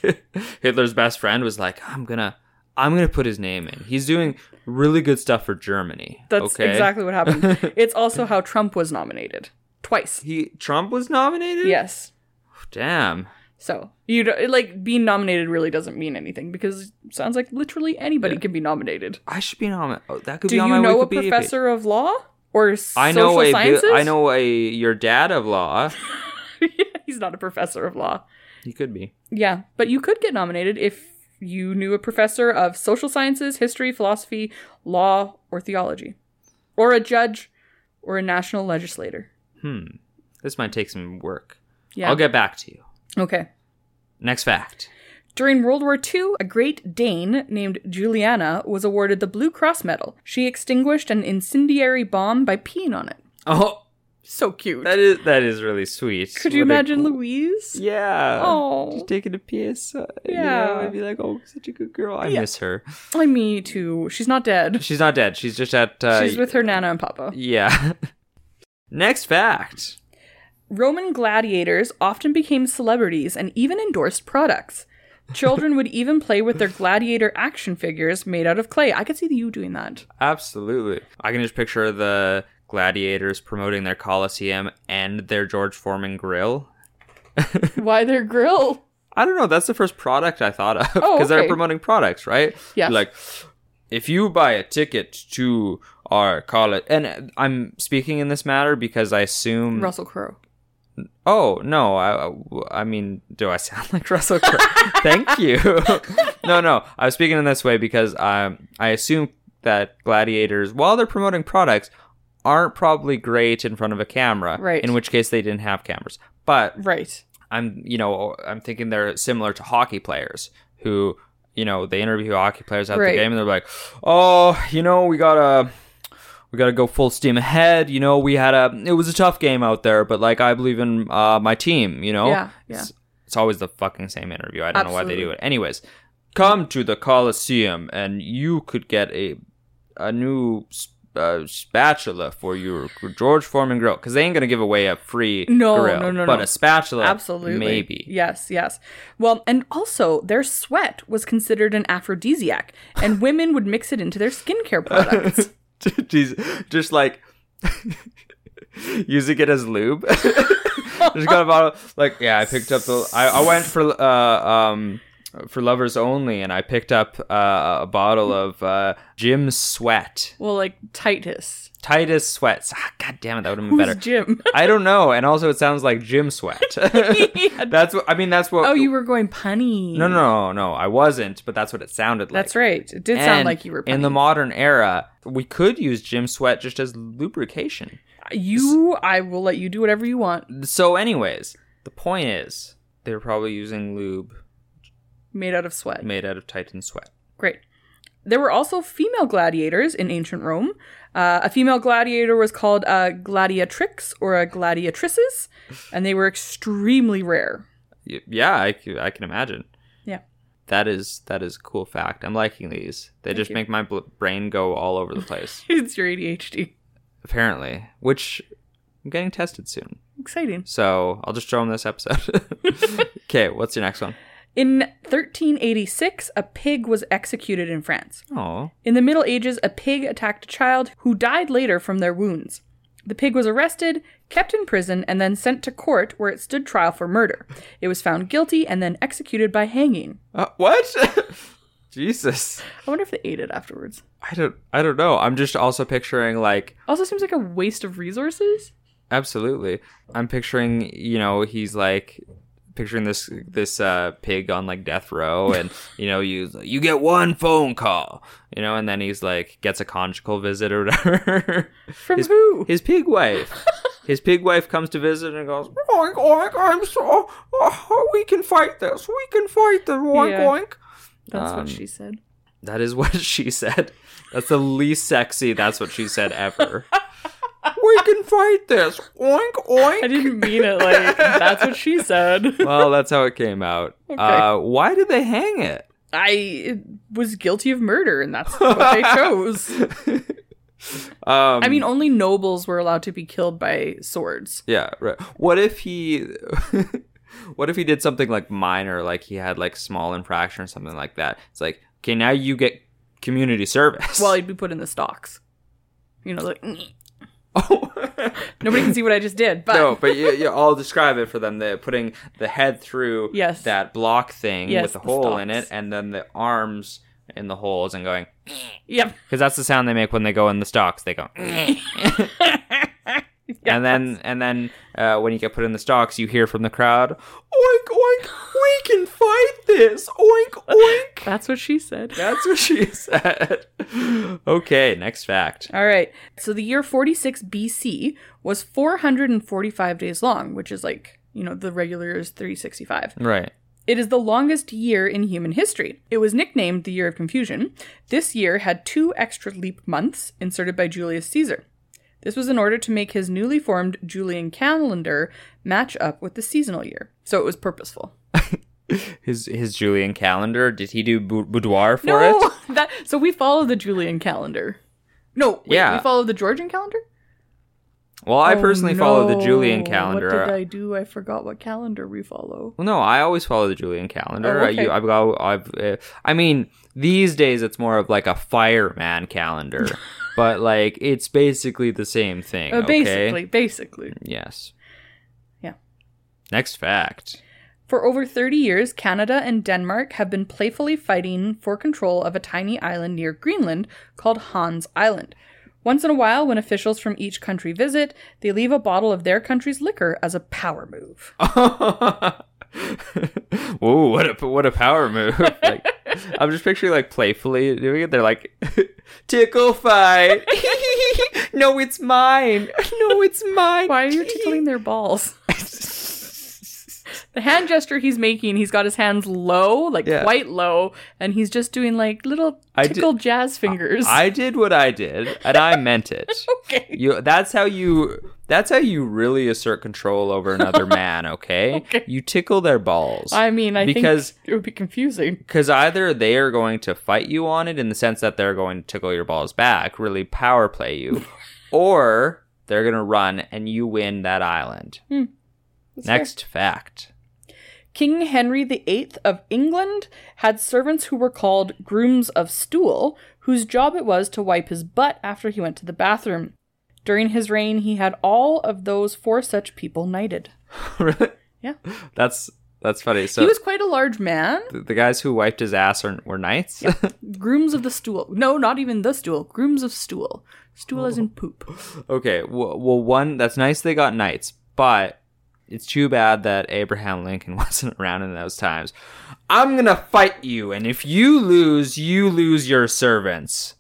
Speaker 1: Hitler's best friend was like, I'm gonna, I'm gonna put his name in. He's doing really good stuff for Germany.
Speaker 2: That's
Speaker 1: okay?
Speaker 2: exactly what happened. it's also how Trump was nominated twice.
Speaker 1: He Trump was nominated. Oh,
Speaker 2: Yes.
Speaker 1: Damn.
Speaker 2: So you do like being nominated really doesn't mean anything because it sounds like literally anybody can be nominated.
Speaker 1: I should be nominated. Oh, that could
Speaker 2: Do
Speaker 1: be on
Speaker 2: you
Speaker 1: my
Speaker 2: know a
Speaker 1: Wikipedia page.
Speaker 2: professor of law or social
Speaker 1: I know a.
Speaker 2: sciences?
Speaker 1: I know a. Your dad of law.
Speaker 2: He's not a professor of law.
Speaker 1: he could be.
Speaker 2: Yeah, but you could get nominated if you knew a professor of social sciences, history, philosophy, law, or theology, or a judge, or a national legislator.
Speaker 1: Hmm. This might take some work.
Speaker 2: Yeah.
Speaker 1: I'll get back to you.
Speaker 2: Okay.
Speaker 1: Next fact.
Speaker 2: During World War II, a Great Dane named Juliana was awarded the Blue Cross Medal. She extinguished an incendiary bomb by peeing on it.
Speaker 1: Oh,
Speaker 2: So cute.
Speaker 1: That is that is really sweet.
Speaker 2: Could you
Speaker 1: What a
Speaker 2: imagine
Speaker 1: cool-
Speaker 2: Louise?
Speaker 1: Yeah.
Speaker 2: Oh.
Speaker 1: Just taking a piss. uh, You know,
Speaker 2: Yeah.
Speaker 1: I'd be like, oh, such a good girl. I miss her.
Speaker 2: I me too. She's not dead.
Speaker 1: She's not dead. She's just at. Uh,
Speaker 2: She's with her nana and papa.
Speaker 1: Yeah. Next fact.
Speaker 2: Roman gladiators often became celebrities and even endorsed products. Children would even play with their gladiator action figures made out of clay. I could see you doing that.
Speaker 1: Absolutely. I can just picture the gladiators promoting their Colosseum and their George Foreman grill.
Speaker 2: Why their grill?
Speaker 1: I don't know. That's the first product I thought of because
Speaker 2: Oh,
Speaker 1: they're
Speaker 2: okay.
Speaker 1: promoting products, right?
Speaker 2: Yes.
Speaker 1: Like, if you buy a ticket to our college, and I'm speaking in this matter because I assume.
Speaker 2: Russell Crowe.
Speaker 1: Oh no! I I mean, do I sound like Russell Crowe? Thank you. no, no. I was speaking in this way because um, I assume that gladiators, while they're promoting products, aren't probably great in front of a camera.
Speaker 2: Right.
Speaker 1: In which case, they didn't have cameras. But
Speaker 2: Right.
Speaker 1: I'm you know I'm thinking they're similar to hockey players who you know they interview hockey players after
Speaker 2: Right.
Speaker 1: the game and they're like, oh, you know we gotta we gotta go full steam ahead. You know we had a it was a tough game out there, but like I believe in uh, my team. You know,
Speaker 2: Yeah, yeah.
Speaker 1: It's, it's always the fucking same interview. I don't know why they do
Speaker 2: Absolutely.
Speaker 1: it. Anyways, come to the Coliseum and you could get a a new. s- Uh, spatula for your George Foreman grill because they ain't gonna give away a free
Speaker 2: No,
Speaker 1: grill,
Speaker 2: no, no,
Speaker 1: but
Speaker 2: no.
Speaker 1: a spatula
Speaker 2: Absolutely.
Speaker 1: maybe
Speaker 2: Yes, yes. Well, and also their sweat was considered an aphrodisiac, and women would mix it into their skincare products.
Speaker 1: Jeez, just like using it as lube. just got a bottle. Like, yeah, I picked up the. I, I went for uh um for lovers only, and I picked up uh, a bottle of uh Jim Sweat,
Speaker 2: well, like Titus.
Speaker 1: Titus Sweats. Ah, God damn it, that would have been
Speaker 2: Who's
Speaker 1: better.
Speaker 2: Jim?
Speaker 1: I don't know, and also it sounds like Jim Sweat. that's what I mean. That's what.
Speaker 2: oh, you were going punny.
Speaker 1: No, no, no, no. I wasn't, but that's what it sounded like.
Speaker 2: That's right. It did sound
Speaker 1: And
Speaker 2: like you were punny.
Speaker 1: in the modern era. We could use Jim Sweat just as lubrication.
Speaker 2: You, I will let you do whatever you want.
Speaker 1: So, anyways, the point is they were probably using lube
Speaker 2: Made out of sweat.
Speaker 1: made out of Titan sweat.
Speaker 2: Great. There were also female gladiators in ancient Rome. Uh, a female gladiator was called a gladiatrix or a gladiatrices, and they were extremely rare.
Speaker 1: Y- Yeah, I, c- I can imagine.
Speaker 2: Yeah.
Speaker 1: That is that is a cool fact. I'm liking these. They just
Speaker 2: you.
Speaker 1: make my bl- brain go all over the place.
Speaker 2: It's your ADHD.
Speaker 1: apparently, which I'm getting tested soon.
Speaker 2: Exciting.
Speaker 1: So I'll just show them this episode. okay, what's your next one?
Speaker 2: In 1386, a pig was executed in France.
Speaker 1: Oh,
Speaker 2: In the Middle Ages, a pig attacked a child who died later from their wounds. The pig was arrested, kept in prison, and then sent to court where it stood trial for murder. It was found guilty and then executed by hanging.
Speaker 1: uh, what? Jesus,
Speaker 2: I wonder if they ate it afterwards.
Speaker 1: I don't I don't know. I'm just also picturing like
Speaker 2: Also seems like a waste of resources.
Speaker 1: Absolutely. I'm picturing, you know, he's like picturing this this uh pig on like death row and you know you you get one phone call you know and then he's like gets a conjugal visit or whatever
Speaker 2: From who?
Speaker 1: his pig wife his pig wife comes to visit and goes oink oink i'm so oh, we can fight this we can fight this oink
Speaker 2: Yeah.
Speaker 1: oink
Speaker 2: That's what she said.
Speaker 1: that is what she said. That's the least sexy. That's what she said ever. we can fight this. Oink oink.
Speaker 2: I didn't mean it like that's what she said.
Speaker 1: well, that's how it came out. Uh, why did they hang it?
Speaker 2: I was guilty of murder and that's what they chose.
Speaker 1: Um,
Speaker 2: I mean, only nobles were allowed to be killed by swords.
Speaker 1: yeah. Right. What if he? what if he did something like minor, like he had like small infraction or something like that? It's like, okay, now you get community service.
Speaker 2: Well, he'd be put in the stocks. You know, like "Mm."
Speaker 1: oh.
Speaker 2: nobody can see what I just did, but
Speaker 1: no, but you, you, I'll describe it for them. They're putting the head through
Speaker 2: Yes.
Speaker 1: that block thing
Speaker 2: Yes,
Speaker 1: with the
Speaker 2: the
Speaker 1: hole in it,
Speaker 2: stalks.
Speaker 1: and then the arms in the holes and going
Speaker 2: yep.
Speaker 1: because that's the sound they make when they go in the stocks. They go, and then and then uh, when you get put in the stocks, you hear from the crowd, oink oink, we can fight this, oink oink.
Speaker 2: That's what she said.
Speaker 1: That's what she said. Okay, next fact.
Speaker 2: All right. So the year 46 BC was 445 days long, which is like, you know, the regular is 365.
Speaker 1: Right.
Speaker 2: It is the longest year in human history. It was nicknamed the Year of Confusion. This year had two extra leap months inserted by Julius Caesar. This was in order to make his newly formed Julian calendar match up with the seasonal year. So it was purposeful.
Speaker 1: His his Julian calendar. Did he do bou- boudoir for it?
Speaker 2: that so we follow the Julian calendar. No, wait,
Speaker 1: Yeah.
Speaker 2: we follow the Georgian calendar.
Speaker 1: Well, I
Speaker 2: Oh,
Speaker 1: personally follow the
Speaker 2: no.
Speaker 1: Julian calendar.
Speaker 2: What did I do? I forgot what calendar we follow.
Speaker 1: Well, no, I always follow the Julian calendar.
Speaker 2: Oh,
Speaker 1: I- you-
Speaker 2: okay.
Speaker 1: I've got, I've, uh, I mean, these days it's more of like a fireman calendar, but like it's basically the same thing.
Speaker 2: Uh,
Speaker 1: okay?
Speaker 2: Basically, basically.
Speaker 1: Yes.
Speaker 2: Yeah.
Speaker 1: Next fact.
Speaker 2: For over 30 years, Canada and Denmark have been playfully fighting for control of a tiny island near Greenland called Hans Island. Once in a while, when officials from each country visit, they leave a bottle of their country's liquor as a power move.
Speaker 1: Oh, Whoa! What a what a power move! Like, I'm just picturing like playfully doing it. They're like, tickle fight. no, it's mine. No, it's mine.
Speaker 2: Why are you tickling their balls? the hand gesture he's making, he's got his hands low, like
Speaker 1: Yeah.
Speaker 2: quite low, and he's just doing like little
Speaker 1: I did-
Speaker 2: tickle jazz fingers.
Speaker 1: I did what I did, and I meant it.
Speaker 2: okay.
Speaker 1: You that's how you that's how you really assert control over another man, okay?
Speaker 2: Okay.
Speaker 1: You tickle their balls.
Speaker 2: I mean, I
Speaker 1: because-
Speaker 2: think it would be confusing.
Speaker 1: because either they are going to fight you on it in the sense that they're going to tickle your balls back, really power play you, or they're going to run and you win that island.
Speaker 2: Hmm,
Speaker 1: Next fact.
Speaker 2: King Henry VIII of England had servants who were called grooms of stool, whose job it was to wipe his butt after he went to the bathroom. During his reign, he had all of those four such people knighted.
Speaker 1: Really?
Speaker 2: Yeah.
Speaker 1: that's that's funny. So
Speaker 2: he was quite a large man.
Speaker 1: th- the guys who wiped his ass are, were knights.
Speaker 2: Grooms of the stool. No, not even the stool. Grooms of stool. Stool as in poop.
Speaker 1: Okay. Well, well, one that's nice they got knights, but it's too bad that Abraham Lincoln wasn't around in those times. I'm gonna fight you, and if you lose, you lose your servants.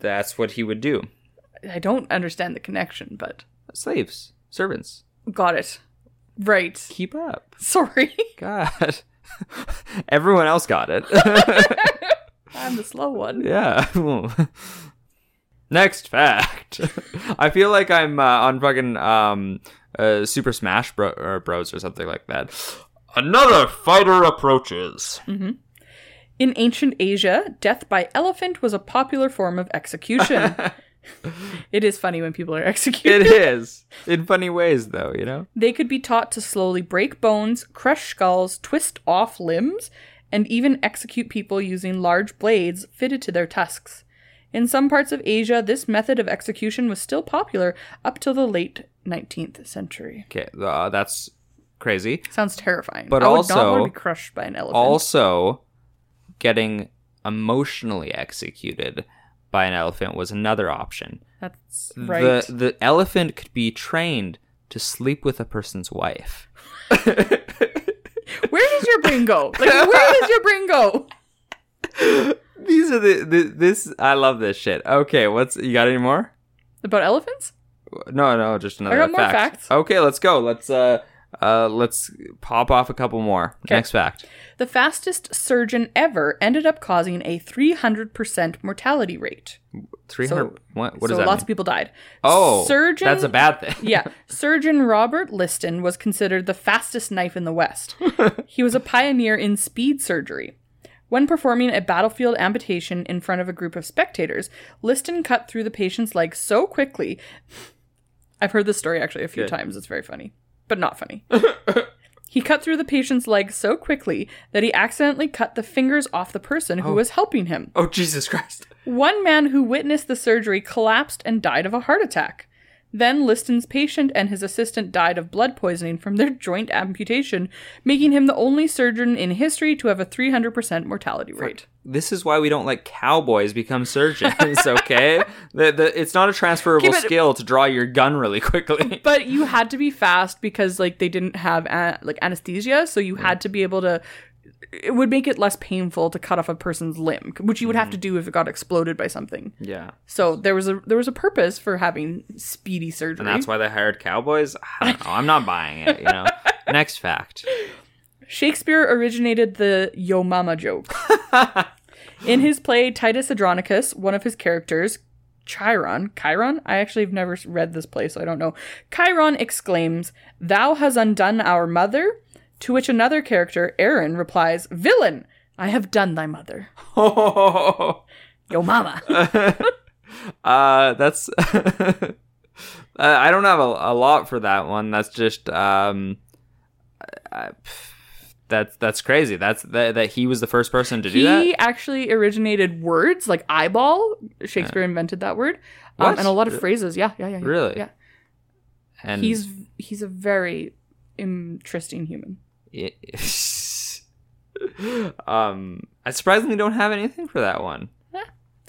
Speaker 1: That's what he would do.
Speaker 2: I don't understand the connection, but
Speaker 1: Slaves, servants,
Speaker 2: got it. Right.
Speaker 1: keep up.
Speaker 2: Sorry.
Speaker 1: God, everyone else got it.
Speaker 2: I'm the slow one.
Speaker 1: yeah. Well, Next fact. I feel like I'm uh, on fucking um, uh, Super Smash Bro- or Bros or something like that. Another fighter approaches.
Speaker 2: In ancient Asia, death by elephant was a popular form of execution. it is funny when people are executed.
Speaker 1: It is in funny ways, though. You know.
Speaker 2: They could be taught to slowly break bones, crush skulls, twist off limbs, and even execute people using large blades fitted to their tusks. In some parts of Asia, this method of execution was still popular up till the late 19th century.
Speaker 1: Okay, uh, that's crazy.
Speaker 2: Sounds terrifying.
Speaker 1: But
Speaker 2: I would not
Speaker 1: also-
Speaker 2: want to be crushed by an elephant.
Speaker 1: Also, getting emotionally executed by an elephant was another option.
Speaker 2: That's right.
Speaker 1: The the elephant could be trained to sleep with a person's wife.
Speaker 2: Where does your brain go? Like, where does your brain go?
Speaker 1: These are the, the this I love this shit. Okay, what's you got any more?
Speaker 2: About elephants?
Speaker 1: No, no, just another
Speaker 2: got more
Speaker 1: fact.
Speaker 2: facts.
Speaker 1: Okay, let's go. Let's uh uh let's pop off a couple more. Next fact.
Speaker 2: The fastest surgeon ever ended up causing a 300% mortality rate.
Speaker 1: 300
Speaker 2: So-
Speaker 1: what what
Speaker 2: so
Speaker 1: does that
Speaker 2: lots of
Speaker 1: mean?
Speaker 2: people died.
Speaker 1: oh,
Speaker 2: surgeon.
Speaker 1: that's a bad thing.
Speaker 2: yeah, Surgeon Robert Liston was considered the fastest knife in the West. he was a pioneer in speed surgery. When performing a battlefield amputation in front of a group of spectators, Liston cut through the patient's leg so quickly. I've heard this story actually a few times. It's very funny, but not funny. he cut through the patient's leg so quickly that he accidentally cut the fingers off the person who was helping him.
Speaker 1: Oh Jesus Christ.
Speaker 2: One man who witnessed the surgery collapsed and died of a heart attack. Then Liston's patient and his assistant died of blood poisoning from their joint amputation, making him the only surgeon in history to have a 300% mortality rate.
Speaker 1: This is why we don't let cowboys become surgeons, okay? the, the, it's not a transferable
Speaker 2: Okay, but-
Speaker 1: skill to draw your gun really quickly.
Speaker 2: But you had to be fast because like they didn't have a- like anesthesia, so you had to be able to it would make it less painful to cut off a person's limb, which you would have to
Speaker 1: Mm-hmm.
Speaker 2: do if it got exploded by something.
Speaker 1: yeah.
Speaker 2: So there was a there was a purpose for having speedy surgery.
Speaker 1: And that's why they hired cowboys? I don't know. I'm not buying it, you know. Next fact.
Speaker 2: Shakespeare originated the yo mama joke. In his play Titus Andronicus, one of his characters, Chiron, Chiron? I actually have never read this play, so I don't know. Chiron exclaims, Thou has undone our mother? To which another character, Aaron, replies, Villain, I have done thy mother. Yo mama.
Speaker 1: Oh. uh, that's. uh, I don't have a, a lot for that one. That's just. Um, I, pff, that's that's crazy. That's that, that he was the first person to do
Speaker 2: he
Speaker 1: that.
Speaker 2: actually originated words like eyeball. Shakespeare invented that word. Um,
Speaker 1: What?
Speaker 2: and a lot of phrases. Yeah, yeah, yeah. yeah.
Speaker 1: Really?
Speaker 2: Yeah.
Speaker 1: And
Speaker 2: he's he's a very interesting human.
Speaker 1: um, I surprisingly don't have anything for that one.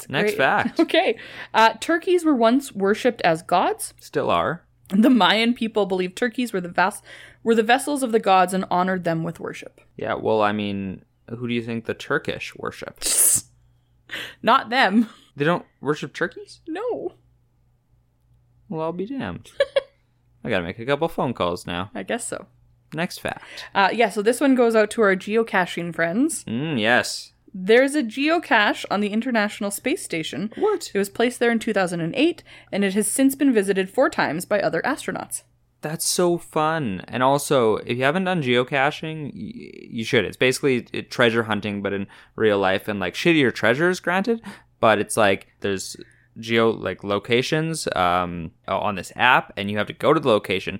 Speaker 1: Next
Speaker 2: Great.
Speaker 1: fact,
Speaker 2: Okay. Uh, turkeys were once worshipped as gods.
Speaker 1: still are.
Speaker 2: The Mayan people believed turkeys were the vas- were the vessels of the gods and honored them with worship.
Speaker 1: Yeah, well, I mean, who do you think the Turkish worship?
Speaker 2: Not them.
Speaker 1: They don't worship turkeys?
Speaker 2: No.
Speaker 1: Well, I'll be damned. I gotta make a couple phone calls now.
Speaker 2: I guess so.
Speaker 1: Next fact.
Speaker 2: Uh, yeah, so this one goes out to our geocaching friends.
Speaker 1: Mm, yes.
Speaker 2: There's a geocache on the International Space Station.
Speaker 1: What?
Speaker 2: It was placed there in 2008, and it has since been visited four times by other astronauts.
Speaker 1: That's so fun. And also, if you haven't done geocaching, y- you should. It's basically it, treasure hunting, but in real life and like shittier treasures, granted. But it's like there's geo like locations um, on this app, and you have to go to the location.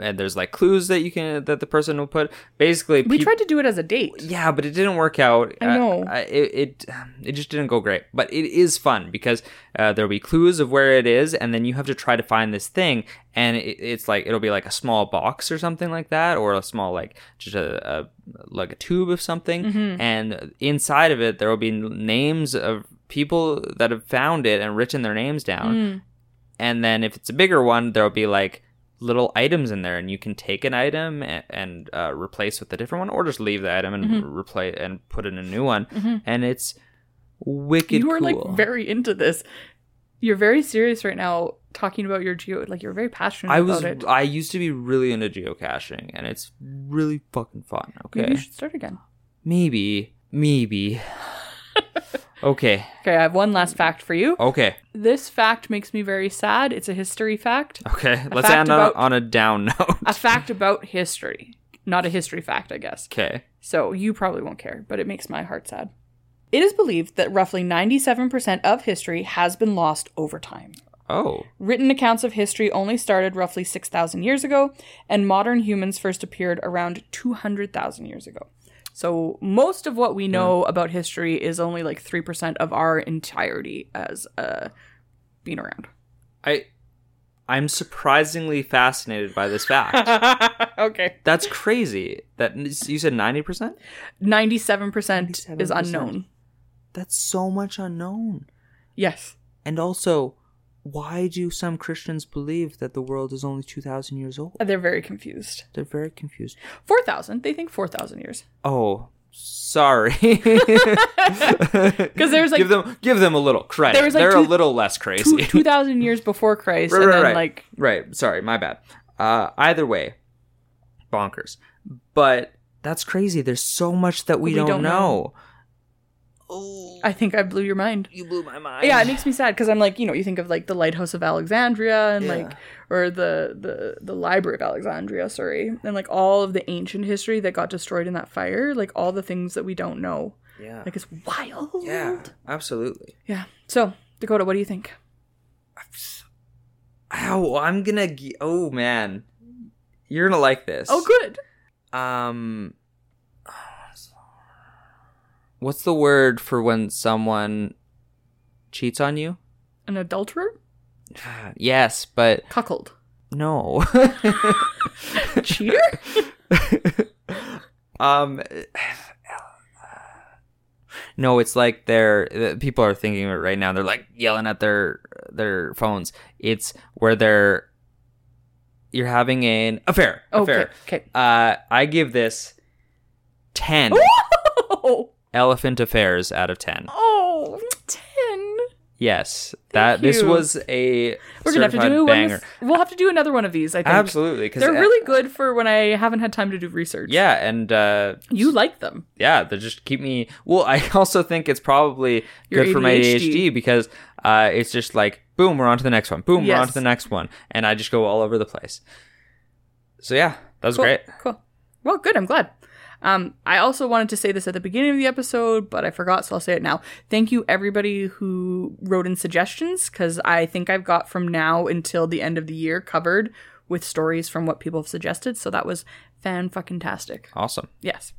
Speaker 1: And there's like clues that you can that the person will put. Basically,
Speaker 2: We
Speaker 1: peop-
Speaker 2: tried to do it as a date.
Speaker 1: Yeah, but it didn't work out.
Speaker 2: I
Speaker 1: Uh,
Speaker 2: know.
Speaker 1: I- it, it it just didn't go great. But it is fun because uh, there'll be clues of where it is, and then you have to try to find this thing. And it, it's like it'll be like a small box or something like that, or a small like just a, a like a tube of something.
Speaker 2: Mm-hmm.
Speaker 1: And inside of it, there will be names of people that have found it and written their names down.
Speaker 2: Mm.
Speaker 1: And then if it's a bigger one, there'll be like little items in there, and you can take an item and, and uh, replace with a different one, or just leave the item and
Speaker 2: Mm-hmm.
Speaker 1: replace and put in a new one. And it's wicked
Speaker 2: you were
Speaker 1: cool.
Speaker 2: like very into this. You're very serious right now talking about your geo. Like you're very passionate
Speaker 1: I was
Speaker 2: about it.
Speaker 1: I used to be really into geocaching, and it's really fucking fun.
Speaker 2: Maybe
Speaker 1: Okay,
Speaker 2: you should start again.
Speaker 1: maybe maybe. okay,
Speaker 2: Okay, I have one last fact for you.
Speaker 1: okay,
Speaker 2: This fact makes me very sad. It's a history fact.
Speaker 1: okay. Let's
Speaker 2: fact
Speaker 1: end
Speaker 2: about-
Speaker 1: on, on a down note.
Speaker 2: A fact about history. Not a history fact, I guess.
Speaker 1: okay.
Speaker 2: So you probably won't care, but it makes my heart sad. It is believed that roughly 97% of history has been lost over time.
Speaker 1: Oh,
Speaker 2: Written accounts of history only started roughly 6,000 years ago, and modern humans first appeared around 200,000 years ago. So, most of what we know about history is only like 3% of our entirety as uh, being around.
Speaker 1: I I'm surprisingly fascinated by this fact.
Speaker 2: okay.
Speaker 1: That's crazy. That you said ninety percent.
Speaker 2: 97%, is
Speaker 1: 97%.
Speaker 2: unknown.
Speaker 1: That's so much unknown.
Speaker 2: Yes.
Speaker 1: And also, why do some Christians believe that the world is only two thousand years old?
Speaker 2: Uh, They're very confused.
Speaker 1: They're very confused.
Speaker 2: 4,000. They think 4,000 years.
Speaker 1: Oh, sorry.
Speaker 2: Because there's like
Speaker 1: give them give them a little credit.
Speaker 2: There was, like,
Speaker 1: They're a
Speaker 2: two-
Speaker 1: little less
Speaker 2: two-
Speaker 1: crazy.
Speaker 2: 2,000 years before Christ, and then like
Speaker 1: right. Sorry, my bad. Uh, either way, bonkers. But that's crazy. There's so much that we,
Speaker 2: We
Speaker 1: don't,
Speaker 2: don't
Speaker 1: know.
Speaker 2: know. I think I blew your mind.
Speaker 1: You blew my mind.
Speaker 2: Yeah, it makes me sad because I'm like, you know, you think of like the Lighthouse of Alexandria and like, or the the the Library of Alexandria, sorry, and like all of the ancient history that got destroyed in that fire, like all the things that we don't know.
Speaker 1: Yeah.
Speaker 2: Like it's wild.
Speaker 1: Yeah. Absolutely.
Speaker 2: Yeah. So Dakota, what do you think?
Speaker 1: Ow, I'm gonna. G- oh man, you're gonna like this.
Speaker 2: Oh, good.
Speaker 1: Um, what's the word for when someone cheats on you?
Speaker 2: An adulterer,
Speaker 1: Yes, but
Speaker 2: cuckold,
Speaker 1: no.
Speaker 2: cheater.
Speaker 1: um, no, it's like they're the- people are thinking of it right now. They're like yelling at their their phones. It's where they're you're having an affair.
Speaker 2: Okay.
Speaker 1: Affair.
Speaker 2: Okay.
Speaker 1: Uh, I give this 10
Speaker 2: Oh,
Speaker 1: Hmm. elephant affairs out of 10.
Speaker 2: oh, ten.
Speaker 1: Yes, that this
Speaker 2: you.
Speaker 1: was a
Speaker 2: We're gonna have to
Speaker 1: certified
Speaker 2: do one.
Speaker 1: banger.
Speaker 2: This, we'll have to do another one of these. I think
Speaker 1: Absolutely, because
Speaker 2: they're really good for when I haven't had time to do research.
Speaker 1: yeah, and uh,
Speaker 2: you like them.
Speaker 1: yeah, they just keep me. Well, I also think it's probably
Speaker 2: Your
Speaker 1: good for my
Speaker 2: ADHD.
Speaker 1: ADHD because uh, it's just like boom, we're on to the next one. Boom, we're on
Speaker 2: Yes.
Speaker 1: to the next one, and I just go all over the place. So yeah, that was
Speaker 2: Cool.
Speaker 1: great.
Speaker 2: Cool. Well, good. I'm glad. Um, I also wanted to say this at the beginning of the episode, but I forgot, so I'll say it now. Thank you, everybody who wrote in suggestions, because I think I've got from now until the end of the year covered with stories from what people have suggested. So that was fan fucking tastic.
Speaker 1: Awesome.
Speaker 2: Yes.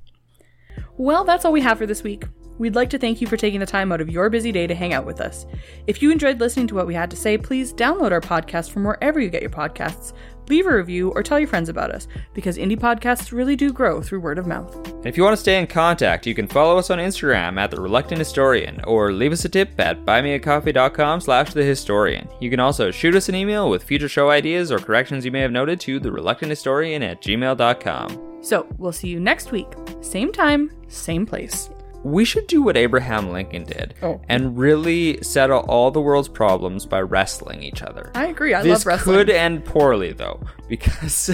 Speaker 2: Well, that's all we have for this week. We'd like to thank you for taking the time out of your busy day to hang out with us. If you enjoyed listening to what we had to say, please download our podcast from wherever you get your podcasts, leave a review, or tell your friends about us because indie podcasts really do grow through word of mouth.
Speaker 1: And if you want to stay in contact, you can follow us on Instagram at The Reluctant Historian or leave us a tip at buymeacoffee.com slash The Historian. You can also shoot us an email with future show ideas or corrections you may have noted to TheReluctantHistorian at gmail.com.
Speaker 2: So we'll see you next week, same time, same place.
Speaker 1: We should do what Abraham Lincoln did
Speaker 2: Oh.
Speaker 1: and really settle all the world's problems by wrestling each other.
Speaker 2: I agree. I
Speaker 1: this
Speaker 2: love wrestling.
Speaker 1: could end poorly though because,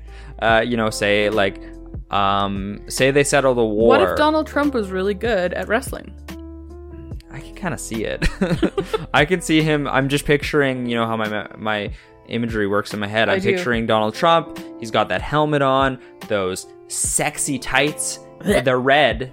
Speaker 1: uh, you know, say like, um, say they settle the war.
Speaker 2: What if Donald Trump was really good at wrestling?
Speaker 1: I can kind of see it. I can see him. I'm just picturing, you know, how my my imagery works in my head.
Speaker 2: I
Speaker 1: I'm
Speaker 2: do.
Speaker 1: picturing Donald Trump. He's got that helmet on, those sexy tights. They're red.